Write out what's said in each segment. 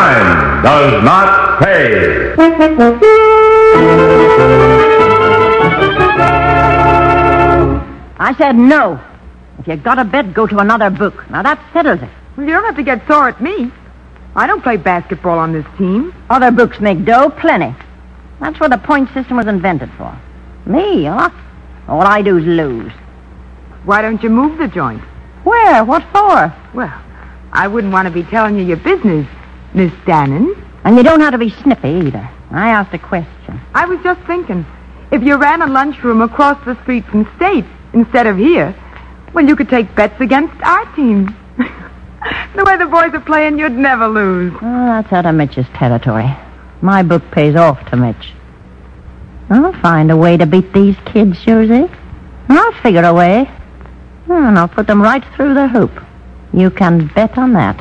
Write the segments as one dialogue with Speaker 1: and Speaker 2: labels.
Speaker 1: Crime does not pay.
Speaker 2: I said no. If you got a bet, go to another book. Now that settles it.
Speaker 3: Well, you don't have to get sore at me. I don't play basketball on this team.
Speaker 2: Other books make dough plenty. That's what the point system was invented for. Me, huh? All I do is lose.
Speaker 3: Why don't you move the joint?
Speaker 2: Where? What for?
Speaker 3: Well, I wouldn't want to be telling you your business, Miss Dannon.
Speaker 2: And you don't have to be snippy either. I asked a question.
Speaker 3: I was just thinking, if you ran a lunchroom across the street from State instead of here, well, you could take bets against our team. the way the boys are playing, you'd never lose.
Speaker 2: Oh, that's out of Mitch's territory. My book pays off to Mitch. I'll find a way to beat these kids, Susie. I'll figure a way. And I'll put them right through the hoop. You can bet on that.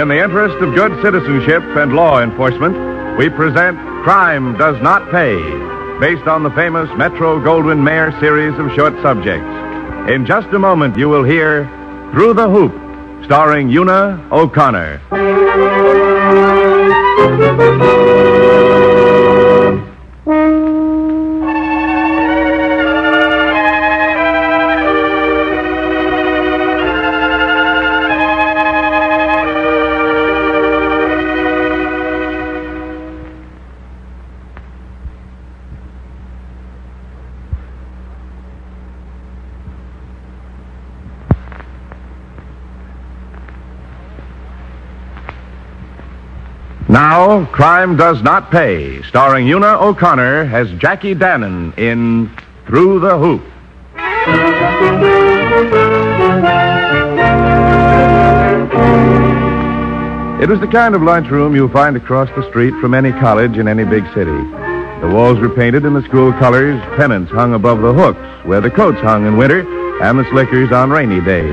Speaker 1: In the interest of good citizenship and law enforcement, we present Crime Does Not Pay, based on the famous Metro Goldwyn Mayer series of short subjects. In just a moment, you will hear Through the Hoop, starring Una O'Connor. Now, Crime Does Not Pay, starring Una O'Connor as Jackie Dannon in Through the Hoop. It was the kind of lunchroom you find across the street from any college in any big city. The walls were painted in the school colors, pennants hung above the hooks where the coats hung in winter, and the slickers on rainy days.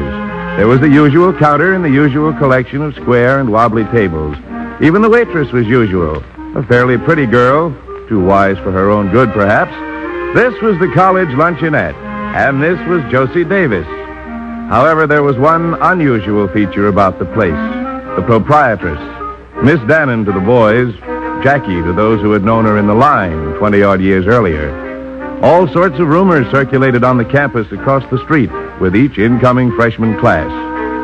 Speaker 1: There was the usual counter and the usual collection of square and wobbly tables. Even the waitress was usual, a fairly pretty girl, too wise for her own good, perhaps. This was the college luncheonette, and this was Josie Davis. However, there was one unusual feature about the place the proprietress. Miss Dannon to the boys, Jackie to those who had known her in the line 20 odd years earlier. All sorts of rumors circulated on the campus across the street with each incoming freshman class.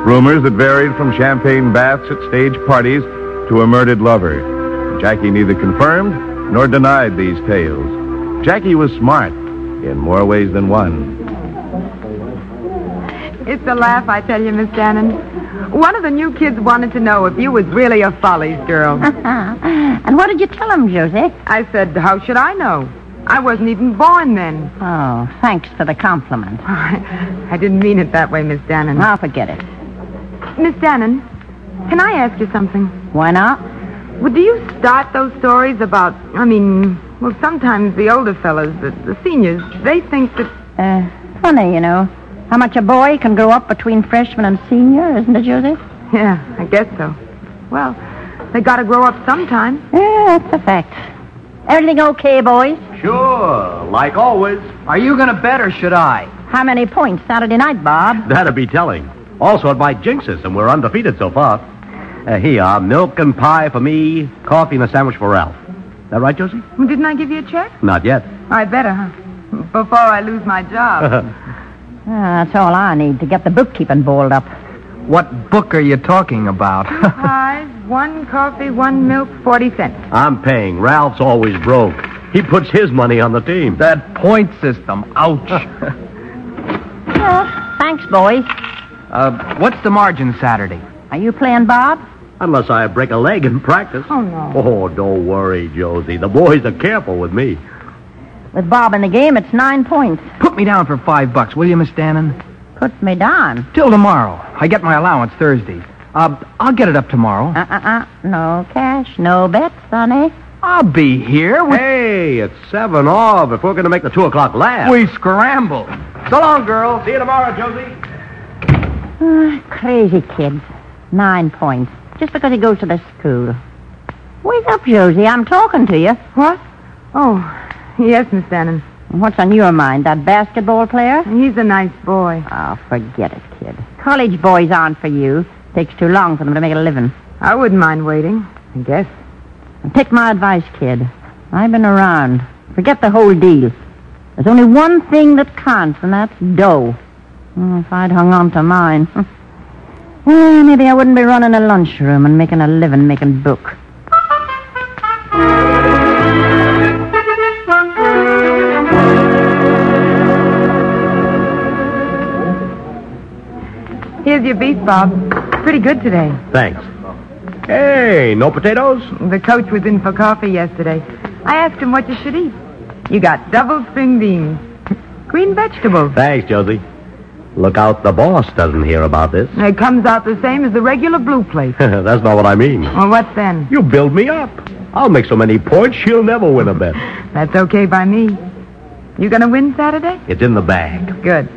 Speaker 1: Rumors that varied from champagne baths at stage parties to a murdered lover. Jackie neither confirmed nor denied these tales. Jackie was smart in more ways than one.
Speaker 3: It's a laugh, I tell you, Miss Dannon. One of the new kids wanted to know if you was really a Follies girl.
Speaker 2: and what did you tell him, Josie?
Speaker 3: I said, how should I know? I wasn't even born then.
Speaker 2: Oh, thanks for the compliment.
Speaker 3: I didn't mean it that way, Miss Dannon. Uh,
Speaker 2: I'll forget it.
Speaker 3: Miss Dannon, can I ask you something?
Speaker 2: Why not?
Speaker 3: Well, do you start those stories about, I mean, well, sometimes the older fellas, the, the seniors, they think that,
Speaker 2: Uh, funny, you know. How much a boy can grow up between freshman and senior, isn't it, Josie?
Speaker 3: yeah, I guess so. Well, they gotta grow up sometime.
Speaker 2: Yeah, that's a fact. Everything okay, boys?
Speaker 4: Sure, like always. Are you going to bet or should I?
Speaker 2: How many points Saturday night, Bob?
Speaker 4: That'd be telling. Also, it might jinx us, and we're undefeated so far. Uh, here you are, milk and pie for me, coffee and a sandwich for Ralph. That right, Josie?
Speaker 3: Well, Didn't I give you a check?
Speaker 4: Not yet.
Speaker 3: I better, huh? Before I lose my job.
Speaker 2: Ah, that's all I need to get the bookkeeping balled up.
Speaker 5: What book are you talking about?
Speaker 3: Pies, one coffee, one milk, 40 cents.
Speaker 4: I'm paying. Ralph's always broke. He puts his money on the team.
Speaker 5: that point system. Ouch.
Speaker 2: Oh, thanks, boys.
Speaker 5: uh, what's the margin Saturday?
Speaker 2: Are you playing, Bob?
Speaker 4: Unless I break a leg in practice.
Speaker 3: Oh, no.
Speaker 4: Oh, don't worry, Josie. The boys are careful with me.
Speaker 2: With Bob in the game, it's nine points.
Speaker 5: Put me down for five bucks, will you, Miss Dannon?
Speaker 2: Put me down.
Speaker 5: Till tomorrow. I get my allowance Thursday. Uh, I'll get it up tomorrow.
Speaker 2: Uh-uh-uh. No cash, no bets, honey.
Speaker 5: I'll be here. We,
Speaker 4: Hey, it's seven off. If we're going to make the two o'clock laugh.
Speaker 5: we scramble.
Speaker 4: So long, girls. See you tomorrow, Josie.
Speaker 2: Ah, crazy kids. Nine points. Just because he goes to the school. Wake up, Josie. I'm talking to you.
Speaker 3: What? Oh, Yes, Miss Denham.
Speaker 2: What's on your mind? That basketball player?
Speaker 3: He's a nice boy.
Speaker 2: Oh, forget it, kid. College boys aren't for you. Takes too long for them to make a living.
Speaker 3: I wouldn't mind waiting, I guess.
Speaker 2: Take my advice, kid. I've been around. Forget the whole deal. There's only one thing that counts, and that's dough. Oh, if I'd hung on to mine, eh, maybe I wouldn't be running a lunchroom and making a living making book.
Speaker 3: Here's your beef, Bob. Pretty good today.
Speaker 1: Thanks. Hey, no potatoes?
Speaker 3: The coach was in for coffee yesterday. I asked him what you should eat. You got double string beans, green vegetables.
Speaker 1: Thanks, Josie. Look out, the boss doesn't hear about this.
Speaker 3: It comes out the same as the regular blue plate.
Speaker 1: That's not what I mean.
Speaker 3: Well, what then?
Speaker 1: You build me up. I'll make so many points, she'll never win a bet.
Speaker 3: That's okay by me. You gonna win Saturday?
Speaker 1: It's in the bag.
Speaker 3: Good.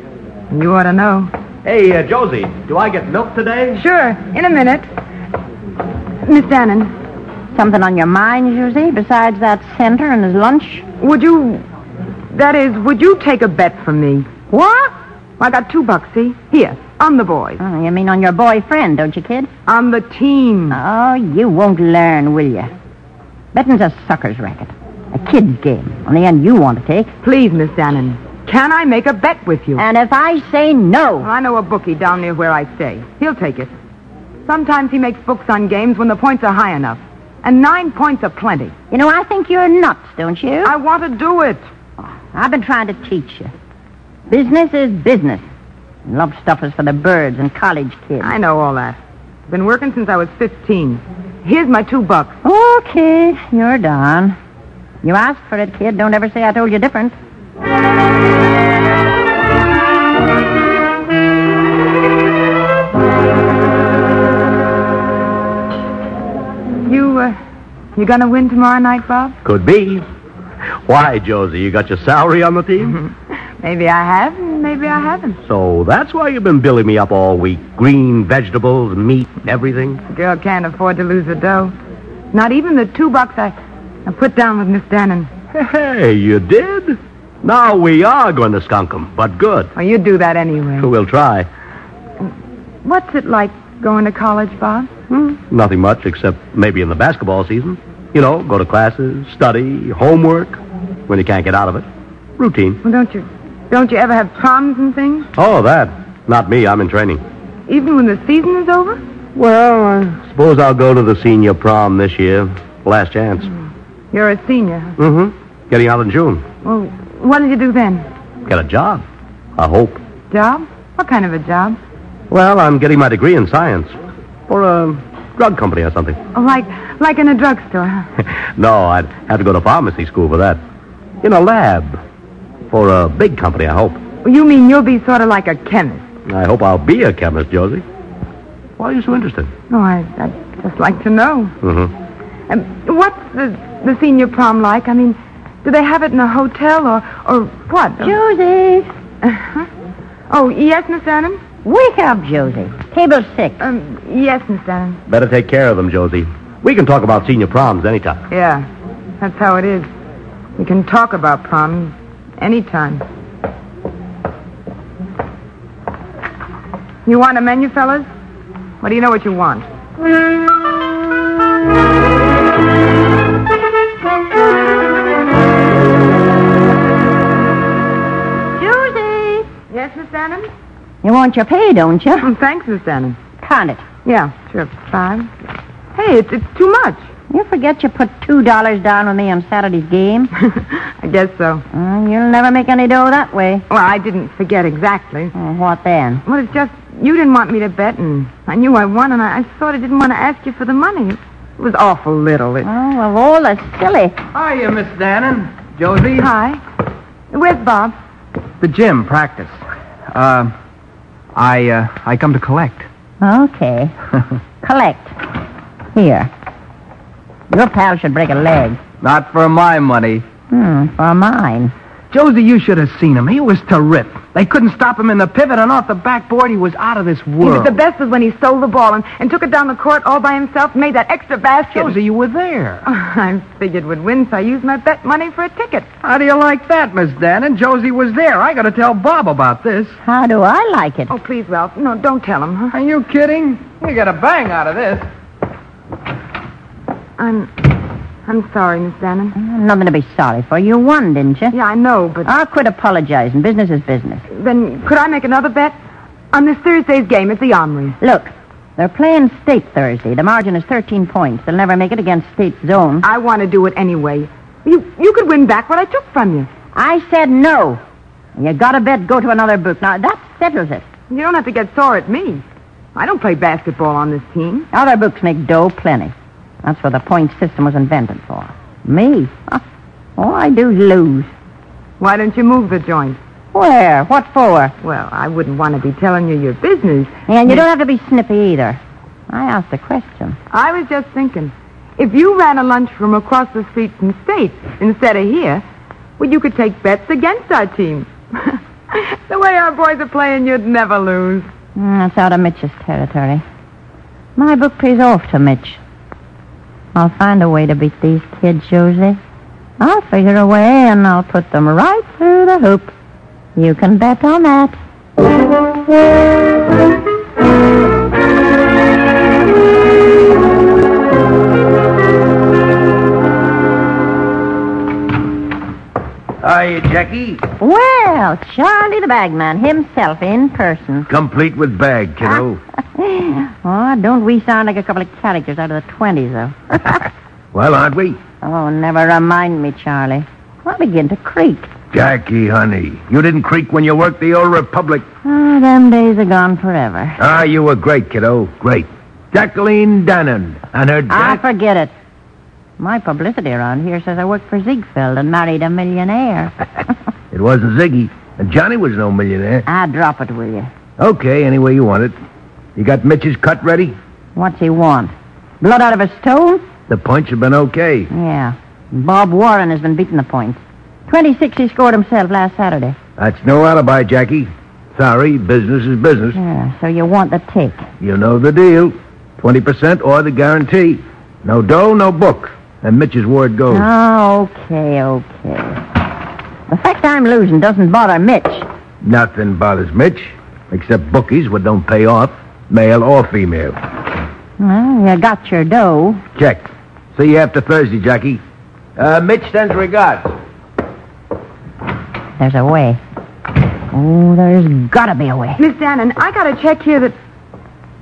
Speaker 3: You ought to know.
Speaker 1: Hey, uh, Josie, do I get milk today?
Speaker 3: Sure, in a minute. Miss Dannon,
Speaker 2: Something on your mind, Josie, besides that center and his lunch?
Speaker 3: would you... That is, would you take a bet for me? What? I got two bucks, see? Here, on the boys.
Speaker 2: Oh, you mean on your boyfriend, don't you, kid?
Speaker 3: On the team.
Speaker 2: Oh, you won't learn, will you? Betting's a sucker's racket. A kid's game. On the end you want to take.
Speaker 3: Please, Miss Dannon, can I make a bet with you?
Speaker 2: And if I say no,
Speaker 3: I know a bookie down near where I stay. He'll take it. Sometimes he makes books on games when the points are high enough. And nine points are plenty.
Speaker 2: you know, I think you're nuts, don't you?
Speaker 3: I want to do it.
Speaker 2: I've been trying to teach you. Business is business. And love stuff is for the birds and college kids.
Speaker 3: I know all that. Been working since I was 15. Here's my two bucks.
Speaker 2: Okay, you're done. You asked for it, kid. Don't ever say I told you different.
Speaker 3: You, uh, you gonna win tomorrow night, Bob?
Speaker 1: Could be. Why, Josie, you got your salary on the team?
Speaker 3: Maybe I have, and maybe I haven't.
Speaker 1: so that's why you've been building me up all week. Green vegetables, meat, everything.
Speaker 3: Girl can't afford to lose the dough. Not even the two bucks I, I put down with Miss Dannon.
Speaker 1: Hey, you did? Now we are going to skunk 'em, but good.
Speaker 3: Well, you do that anyway.
Speaker 1: We'll try.
Speaker 3: What's it like going to college, Bob?
Speaker 1: Nothing much, except maybe in the basketball season. You know, go to classes, study, homework, when you can't get out of it. Routine.
Speaker 3: Well, don't you, don't you ever have proms and things?
Speaker 1: Oh, that. Not me, I'm in training.
Speaker 3: Even when the season is over?
Speaker 1: Well, I suppose I'll go to the senior prom this year. Last chance.
Speaker 3: You're a senior.
Speaker 1: Mm-hmm. Getting out in June.
Speaker 3: Well, what did you do then?
Speaker 1: Get a job. I hope.
Speaker 3: Job? What kind of a job?
Speaker 1: Well, I'm getting my degree in science. For a drug company or something.
Speaker 3: Oh, like, like in a drugstore, huh?
Speaker 1: no, I'd have to go to pharmacy school for that. In a lab. For a big company, I hope.
Speaker 3: You mean you'll be sort of like a chemist?
Speaker 1: I hope I'll be a chemist, Josie. Why are you so interested?
Speaker 3: Oh, I, I'd just like to know.
Speaker 1: Mm-hmm.
Speaker 3: Um, what's the, the senior prom like? I mean, do they have it in a hotel or, or what?
Speaker 2: Josie!
Speaker 3: Oh, yes, Miss Denham?
Speaker 2: Wake up, Josie. Table six.
Speaker 3: Um, yes, Miss Denham.
Speaker 1: Better take care of them, Josie. We can talk about senior proms anytime.
Speaker 3: Yeah, that's how it is. We can talk about prom anytime. You want a menu, fellas? What do you know what you want?
Speaker 2: Josie!
Speaker 3: Yes, Miss Denham?
Speaker 2: You want your pay, don't you?
Speaker 3: Thanks, Miss Denham.
Speaker 2: Count it.
Speaker 3: Yeah, sure. Five. Hey, it's, it's too much.
Speaker 2: You forget you put two dollars down with me on Saturday's game.
Speaker 3: I guess so.
Speaker 2: Uh, you'll never make any dough that way.
Speaker 3: Well, I didn't forget exactly.
Speaker 2: Uh, what then?
Speaker 3: Well, it's just you didn't want me to bet, and I knew I won, and I, I sort of didn't want to ask you for the money. It was awful little. It...
Speaker 2: Oh, of all the silly.
Speaker 5: Hiya, Miss Dannon. Josie?
Speaker 3: Hi. Where's Bob?
Speaker 5: The gym, practice. Uh, I, uh, I come to collect.
Speaker 2: Okay. Collect. Here. Your pal should break a leg.
Speaker 5: Not for my money.
Speaker 2: Hmm, for mine.
Speaker 5: Josie, you should have seen him. He was to rip. They couldn't stop him in the pivot, and off the backboard, he was out of this
Speaker 3: He
Speaker 5: world.
Speaker 3: was the best was when he stole the ball and, and took it down the court all by himself, made that extra basket.
Speaker 5: Josie, you were there.
Speaker 3: Oh, I figured would win, so I used my bet money for a ticket.
Speaker 5: How do you like that, Miss Dannon? Josie was there. I got to tell Bob about this.
Speaker 2: How do I like it?
Speaker 3: Oh, please, Ralph. No, don't tell him. huh?
Speaker 5: Are you kidding? We got a bang out of this.
Speaker 3: I'm. I'm sorry, Miss Dannon.
Speaker 2: Nothing to be sorry for. You won, didn't you?
Speaker 3: Yeah, I know, but
Speaker 2: I'll quit apologizing. Business is business.
Speaker 3: then could I make another bet? On this Thursday's game at the Armory.
Speaker 2: Look, they're playing state Thursday. The margin is 13 points. They'll never make it against state zone.
Speaker 3: I want to do it anyway. You you could win back what I took from you.
Speaker 2: I said no. You got to bet, go to another book. Now, that settles it.
Speaker 3: You don't have to get sore at me. I don't play basketball on this team.
Speaker 2: Other books make dough plenty. That's what the point system was invented for. Me? Huh. All I do is lose.
Speaker 3: Why don't you move the joint?
Speaker 2: Where? What for?
Speaker 3: Well, I wouldn't want to be telling you your business.
Speaker 2: And you don't have to be snippy either. I asked a question.
Speaker 3: I was just thinking, if you ran a lunchroom across the street from State instead of here, well, you could take bets against our team. the way our boys are playing, you'd never lose.
Speaker 2: Mm, that's out of Mitch's territory. My book pays off to Mitch. I'll find a way to beat these kids, Josie. I'll figure a way and I'll put them right through the hoop. You can bet on that.
Speaker 1: Hi, Jackie.
Speaker 2: Well, Charlie the Bagman himself in person.
Speaker 1: Complete with bag, kiddo.
Speaker 5: Ah.
Speaker 2: Oh, don't we sound like a couple of characters out of the 20s, though?
Speaker 1: well, aren't we?
Speaker 2: Oh, never remind me, Charlie. I begin to creak.
Speaker 1: Jackie, honey, you didn't creak when you worked the old Republic.
Speaker 2: Ah, them days are gone forever.
Speaker 1: Ah, you were great, kiddo. Great. Jacqueline Dannon and her
Speaker 2: Ah, forget it. My publicity around here says I worked for Ziegfeld and married a millionaire.
Speaker 1: It wasn't Ziggy. And Johnny was no millionaire.
Speaker 2: ah, drop it, will you?
Speaker 1: Okay, any way you want it. You got Mitch's cut ready?
Speaker 2: What's he want? Blood out of a stone?
Speaker 1: The punch has been okay.
Speaker 2: Yeah. Bob Warren has been beating the points. 26 he scored himself last Saturday.
Speaker 1: That's no alibi, Jackie. Sorry, business is business.
Speaker 2: Yeah, so you want the take.
Speaker 1: You know the deal. 20% or the guarantee. No dough, no book. And Mitch's word goes.
Speaker 2: Oh, okay, okay. The fact I'm losing doesn't bother Mitch.
Speaker 1: Nothing bothers Mitch, except bookies what don't pay off, male or female.
Speaker 2: Well, you got your dough.
Speaker 1: Check. See you after Thursday, Jackie. Uh, Mitch sends regards.
Speaker 2: There's a way. Oh, there's gotta be a way.
Speaker 3: Miss Dannon, I got a check here that.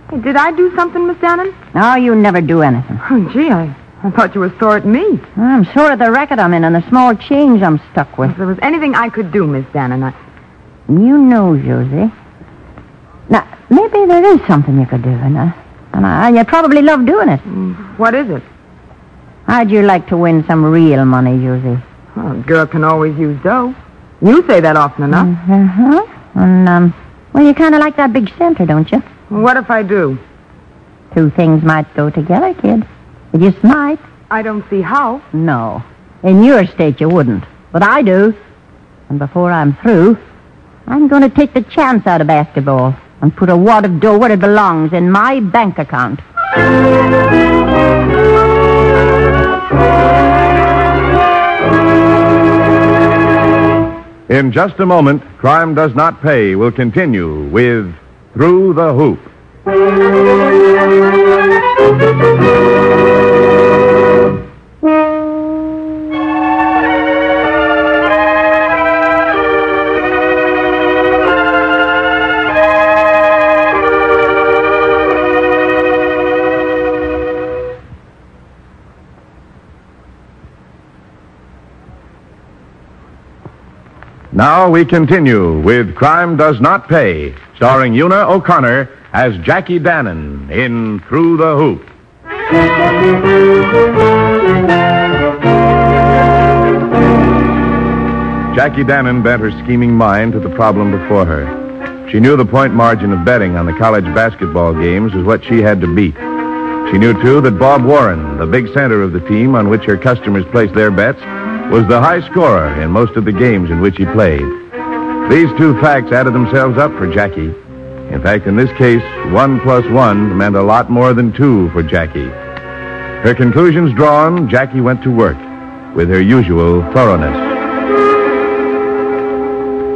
Speaker 3: Hey, did I do something, Miss Dannon?
Speaker 2: Oh, you never do anything.
Speaker 3: Oh, gee, I, I thought you were sore at me.
Speaker 2: I'm sore at the racket I'm in and the small change I'm stuck with.
Speaker 3: If there was anything I could do, Miss Dannon, I.
Speaker 2: You know, Josie. Now, maybe there is something you could do, and, uh, and I, you probably love doing it.
Speaker 3: What is it?
Speaker 2: How'd you like to win some real money, Josie?
Speaker 3: Well, a girl can always use dough. You say that often enough.
Speaker 2: Uh-huh. And, um, well, you kind of like that big center, don't you?
Speaker 1: Hmm.
Speaker 3: What if I do?
Speaker 2: Two things might go together, kid. It just might.
Speaker 3: I don't see how.
Speaker 2: No. In your state, you wouldn't. But I do. And before I'm through, I'm going to take the chance out of basketball and put a wad of dough where it belongs in my bank account.
Speaker 6: In just a moment, Crime Does Not Pay will continue with Through the Hoop. Now we continue with Crime Does Not Pay, starring Una O'Connor as Jackie Dannon in Through the Hoop. Jackie Dannon bent her scheming mind to the problem before her. She knew the point margin of betting on the college basketball games was what she had to beat. She knew, too, that Bob Warren, the big center of the team on which her customers placed their bets, was the high scorer in most of the games in which he played. These two facts added themselves up for Jackie. In fact, in this case, one plus one meant a lot more than two for Jackie. Her conclusions drawn, Jackie went to work with her usual thoroughness.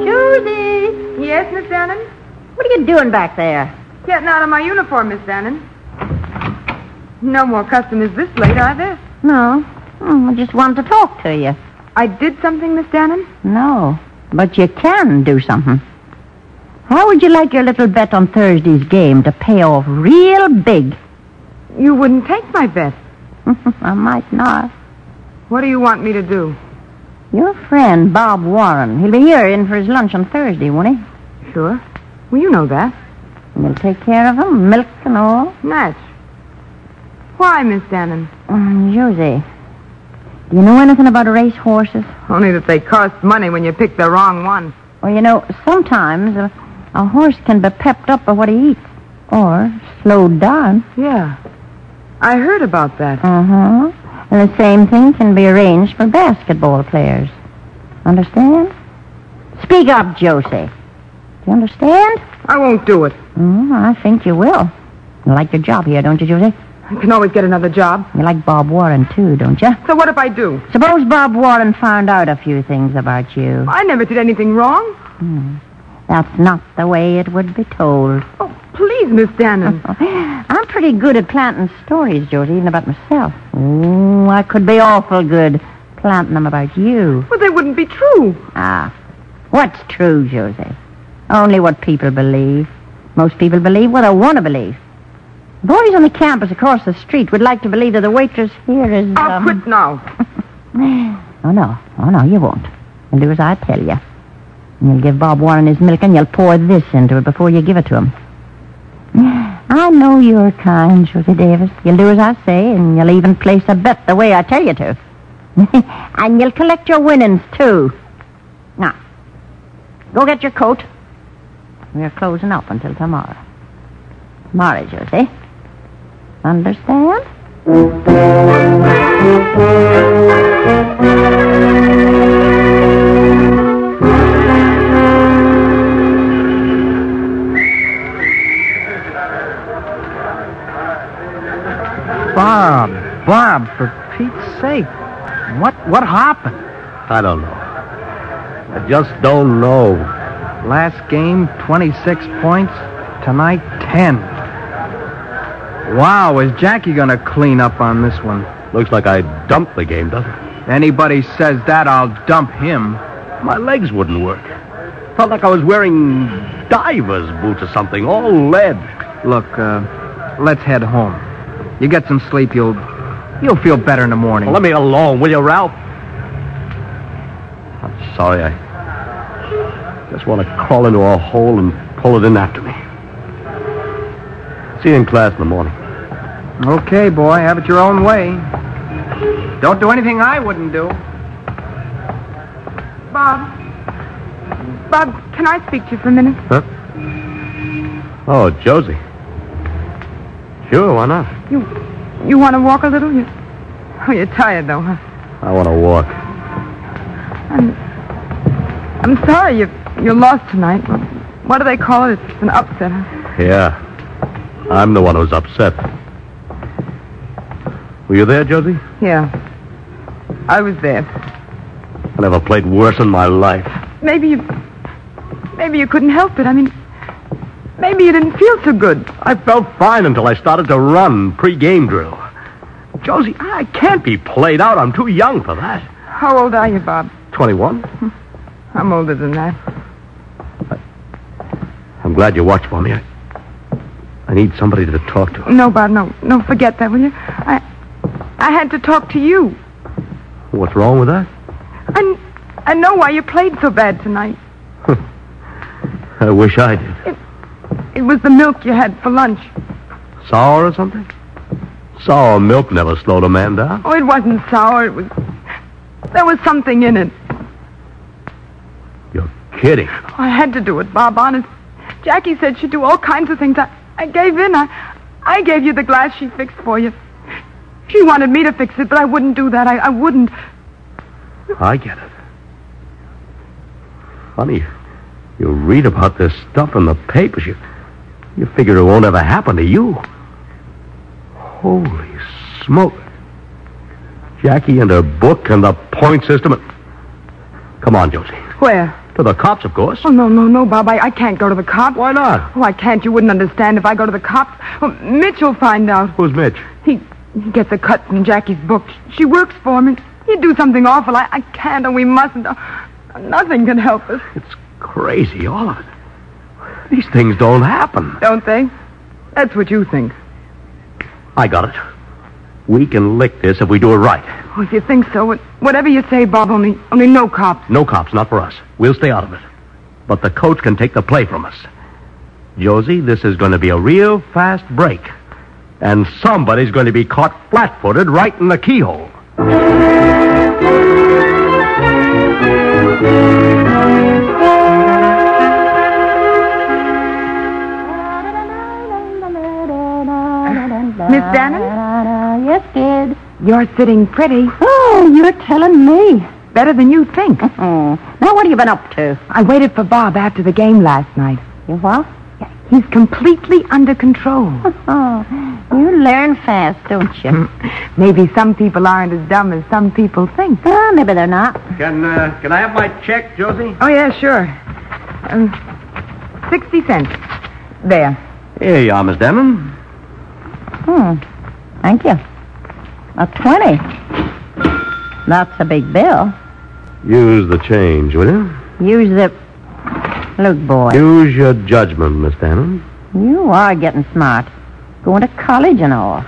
Speaker 2: Susie!
Speaker 3: Yes, Miss Bannon?
Speaker 2: What are you doing back there?
Speaker 3: Getting out of my uniform, Miss Bannon. No more customers this late, are there?
Speaker 2: No. Mm, I just wanted to talk to you.
Speaker 3: I did something, Miss Bannon?
Speaker 2: No. But you can do something. How would you like your little bet on Thursday's game to pay off real big?
Speaker 3: You wouldn't take my bet.
Speaker 2: I might not.
Speaker 3: What do you want me to do?
Speaker 2: Your friend, Bob Warren, he'll be here in for his lunch on Thursday, won't he?
Speaker 3: Sure. Well, you know that.
Speaker 2: We'll take care of him, milk and all.
Speaker 3: Natch. Why, Miss Bannon?
Speaker 2: Um, Josie, do you know anything about race horses?
Speaker 3: Only that they cost money when you pick the wrong one.
Speaker 2: Well, you know, sometimes a, a horse can be pepped up by what he eats or slowed down.
Speaker 3: Yeah. I heard about that.
Speaker 2: Uh-huh. And the same thing can be arranged for basketball players. Understand? Speak up, Josie. Do you understand?
Speaker 3: I won't do it.
Speaker 2: Mm, I think you will. You like your job here, don't you, Josie?
Speaker 3: I can always get another job.
Speaker 2: You like Bob Warren, too, don't you?
Speaker 3: So what if I do?
Speaker 2: Suppose Bob Warren found out a few things about you.
Speaker 3: I never did anything wrong.
Speaker 2: That's not the way it would be told.
Speaker 3: Oh, please, Miss Dannon. Mm.
Speaker 2: I'm pretty good at planting stories, Georgie, even about myself. Oh, I could be awful good planting them about you.
Speaker 3: but they wouldn't be true.
Speaker 2: Ah, what's true, Josie? Only what people believe. Most people believe what they want to believe. Boys on the campus across the street would like to believe that the waitress here is.
Speaker 3: I'll
Speaker 2: um,
Speaker 3: quit now.
Speaker 2: Oh, no. Oh, no, you won't. You'll do as I tell you. And You'll give Bob Warren his milk and you'll pour this into it before you give it to him. I know you're kind, Josie Davis. You'll do as I say, and you'll even place a bet the way I tell you to. and you'll collect your winnings, too. Now, go get your coat. We're closing up until tomorrow. Tomorrow, Josie. Understand?
Speaker 5: Bob, Bob, for Pete's sake. What what happened?
Speaker 1: I don't know. I just don't know.
Speaker 5: Last game, 26 points. Tonight, 10. Wow, is Jackie going to clean up on this one?
Speaker 1: Looks like I dumped the game, doesn't it?
Speaker 5: Anybody says that, I'll dump him.
Speaker 1: My legs wouldn't work. Felt like I was wearing diver's boots or something, all lead.
Speaker 5: Look, uh, let's head home. You get some sleep, you'll you'll feel better in the morning.
Speaker 1: Well, let me alone, will you, Ralph? I'm sorry. I just want to crawl into a hole and pull it in after me. See you in class in the morning.
Speaker 5: Okay, boy, have it your own way. Don't do anything I wouldn't do.
Speaker 3: Bob. Bob, can I speak to you for a minute?
Speaker 1: Huh? Oh, Josie. Sure, why not?
Speaker 3: You you want to walk a little? You, oh, you're tired, though, huh?
Speaker 1: I want to walk.
Speaker 3: I'm, I'm sorry you, you're lost tonight. What do they call it? It's an upset. huh?
Speaker 1: Yeah. I'm the one who's upset. Were you there, Josie?
Speaker 3: Yeah. I was there.
Speaker 1: I never played worse in my life.
Speaker 3: Maybe you... Maybe you couldn't help it. I mean, maybe you didn't feel so good.
Speaker 1: I felt fine until I started to run pre-game drill. Josie, I can't be played out. I'm too young for that.
Speaker 3: How old are you, Bob?
Speaker 1: 21?
Speaker 3: I'm older than that.
Speaker 1: I'm glad you watched for me. I, I need somebody to talk to.
Speaker 3: No, Bob, no. No, forget that, will you? I... I had to talk to you.
Speaker 1: What's wrong with that?
Speaker 3: I, I know why you played so bad tonight.
Speaker 1: I wish I did.
Speaker 3: It was the milk you had for lunch.
Speaker 1: Sour or something? Sour milk never slowed a man down.
Speaker 3: Oh, it wasn't sour. It was... There was something in it.
Speaker 1: You're kidding.
Speaker 3: I had to do it, Bob, honest. Jackie said she'd do all kinds of things. I, I gave in. I, I gave you the glass she fixed for you. She wanted me to fix it, but I wouldn't do that. I, I wouldn't.
Speaker 1: I get it. Funny, you read about this stuff in the papers. You, you figure it won't ever happen to you. Holy smoke. Jackie and her book and the point system. and- Come on, Josie.
Speaker 3: Where?
Speaker 1: To the cops, of course.
Speaker 3: Oh, no, no, no, Bob. I, I can't go to the cops.
Speaker 1: Why not?
Speaker 3: Oh, I can't. You wouldn't understand if I go to the cops. Oh, Mitch will find out.
Speaker 1: Who's Mitch?
Speaker 3: He, he gets a cut from Jackie's book. She works for him. He'd do something awful. I, I can't, and we mustn't. Oh, nothing can help us,
Speaker 1: It's crazy, all of it. These things don't happen.
Speaker 3: don't they? That's what you think.
Speaker 1: I got it. We can lick this if we do it right.
Speaker 3: Oh, if you think so, what- whatever you say, Bob, only, only no cops.
Speaker 1: No cops, not for us. We'll stay out of it. But the coach can take the play from us. Josie, this is going to be a real fast break. And somebody's going to be caught flat footed right in the keyhole.
Speaker 2: Miss
Speaker 3: Miss Bannon?
Speaker 2: Yes, kid.
Speaker 3: You're sitting pretty.
Speaker 2: Oh, you're telling me.
Speaker 3: Better than you think.
Speaker 2: Oh. Now, what have you been up to?
Speaker 3: I waited for Bob after the game last night.
Speaker 2: You what?
Speaker 3: He's completely under control.
Speaker 2: Oh, you learn fast, don't you?
Speaker 3: Maybe some people aren't as dumb as some people think.
Speaker 2: Ah, maybe they're not.
Speaker 1: Can, uh, can I have my check, Josie?
Speaker 3: Oh, yeah, sure. Um, 60 cents. There.
Speaker 1: Here you are, Miss Denman.
Speaker 2: Hmm. Thank you. A 20. That's a big bill.
Speaker 1: Use the change, will you?
Speaker 2: Use the... Look, boy,
Speaker 1: Use your judgment, Miss Denman.
Speaker 2: you are getting smart. Going to college and all.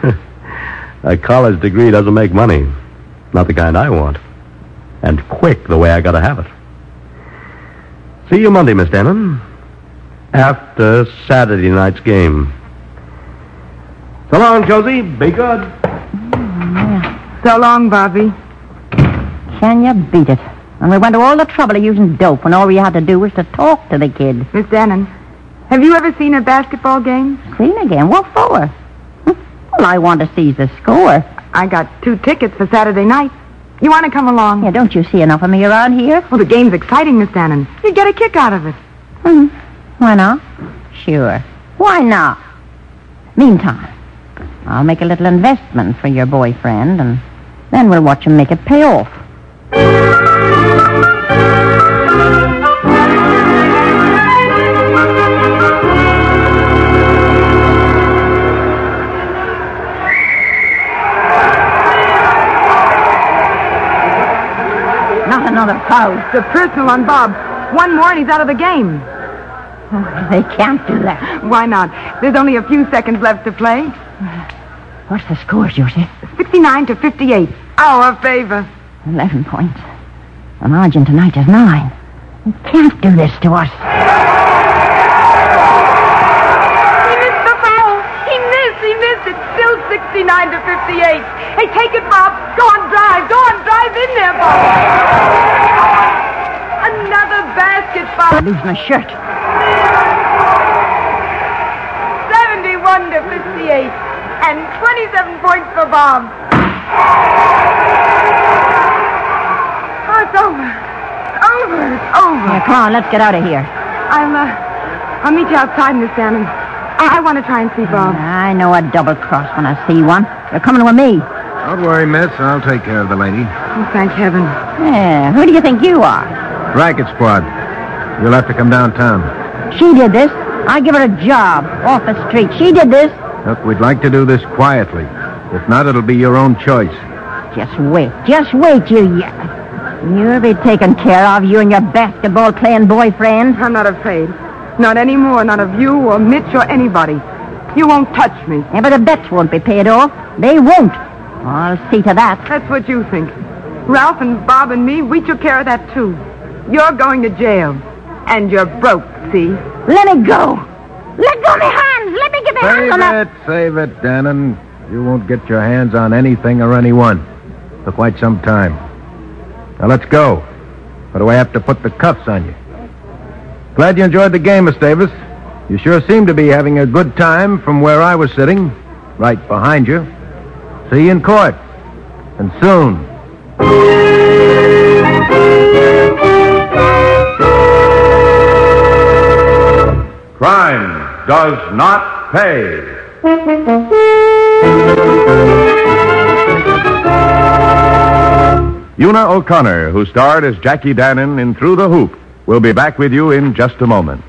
Speaker 1: A college degree doesn't make money. Not the kind I want. And quick, the way I gotta have it. See you Monday, Miss Denham. After Saturday night's game. So long, Josie. Be good.
Speaker 3: So long, Bobby.
Speaker 2: Can you beat it? And we went to all the trouble of using dope when all we had to do was to talk to the kid.
Speaker 3: Miss Dannon, have you ever seen a basketball game?
Speaker 2: Seen again? What for? Hmm. Well, I want to see the score.
Speaker 3: I got two tickets for Saturday night. You want to come along?
Speaker 2: Yeah, don't you see enough of me around here?
Speaker 3: Well, the game's exciting, Miss Dannon. You'd get a kick out of it.
Speaker 2: Hmm. Why not? Sure. Why not? Meantime, I'll make a little investment for your boyfriend, and then we'll watch him make it pay off. Not another crowd.
Speaker 3: The personal on Bob. One more and he's out of the game.
Speaker 2: They can't do that.
Speaker 3: Why not? There's only a few seconds left to play.
Speaker 2: What's the score, Josie?
Speaker 3: 69 to 58. Our Oh, favor.
Speaker 2: Eleven points. The margin tonight is nine. You can't do this to us.
Speaker 3: He missed the foul. He missed. He missed it. Still 69 to 58. Hey, take it, Bob. Go on, drive. Go on, drive in there, Bob. Another basket,
Speaker 2: I
Speaker 3: Bob.
Speaker 2: lose my shirt.
Speaker 3: 71 to 58. And 27 points for Bob. Oh, it's over. It's over. It's over.
Speaker 2: Yeah, come on, let's get out of here.
Speaker 3: I'll, uh, I'll meet you outside, Miss Salmon. I, I want to try and see Bob.
Speaker 2: I know a double cross when I see one. You're coming with me.
Speaker 6: Don't worry, miss. I'll take care of the lady.
Speaker 3: Oh, thank heaven.
Speaker 2: Yeah, who do you think you are?
Speaker 6: Racket squad. You'll have to come downtown.
Speaker 2: She did this. I give her a job off the street. She did this.
Speaker 6: Look, we'd like to do this quietly. If not, it'll be your own choice.
Speaker 2: Just wait. Just wait, you. ya- You'll be taken care of, you and your basketball playing boyfriend.
Speaker 3: I'm not afraid. Not anymore, not of you or Mitch or anybody. You won't touch me.
Speaker 2: Yeah, but the bets won't be paid off. They won't. I'll see to that.
Speaker 3: That's what you think. Ralph and Bob and me, we took care of that too. You're going to jail. And you're broke, see?
Speaker 2: Let me go. Let go of my hands. Let me get my hands
Speaker 6: Save
Speaker 2: on that.
Speaker 6: it, save it, Dannon. You won't get your hands on anything or anyone for quite some time. Now let's go. Or do I have to put the cuffs on you? Glad you enjoyed the game, Miss Davis. You sure seem to be having a good time from where I was sitting, right behind you. See you in court. And soon. does not pay. Una O'Connor, who starred as Jackie Dannon in Through the Hoop, will be back with you in just a moment.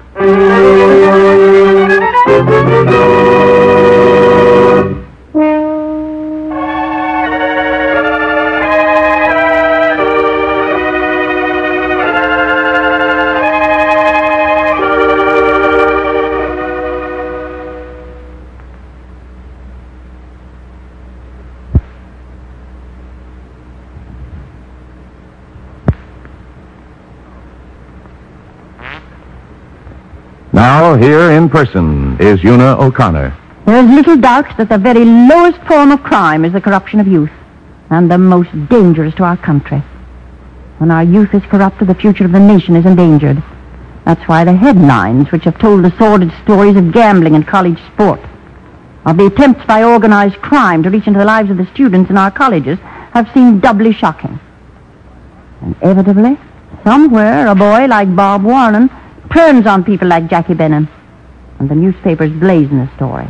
Speaker 6: Now, here in person is Una O'Connor.
Speaker 2: There is little doubt that the very lowest form of crime is the corruption of youth, and the most dangerous to our country. When our youth is corrupted, the future of the nation is endangered. That's why the headlines which have told the sordid stories of gambling and college sport, of the attempts by organized crime to reach into the lives of the students in our colleges, have seemed doubly shocking. Inevitably, somewhere a boy like Bob Warren turns on people like Jackie Benham, and the newspapers blazon the story.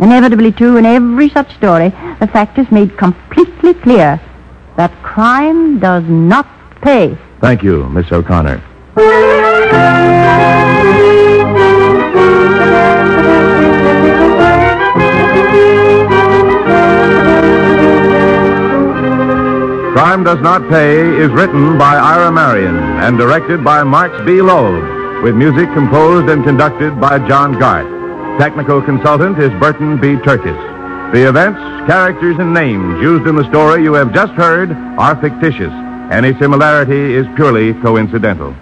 Speaker 2: Inevitably, too, in every such story, the fact is made completely clear that crime does not pay.
Speaker 6: Thank you, Miss O'Connor. Crime Does Not Pay is written by Ira Marion and directed by Marks B. Loeb, with music composed and conducted by John Garth. Technical consultant is Burton B. Turkis. The events, characters, and names used in the story you have just heard are fictitious. Any similarity is purely coincidental.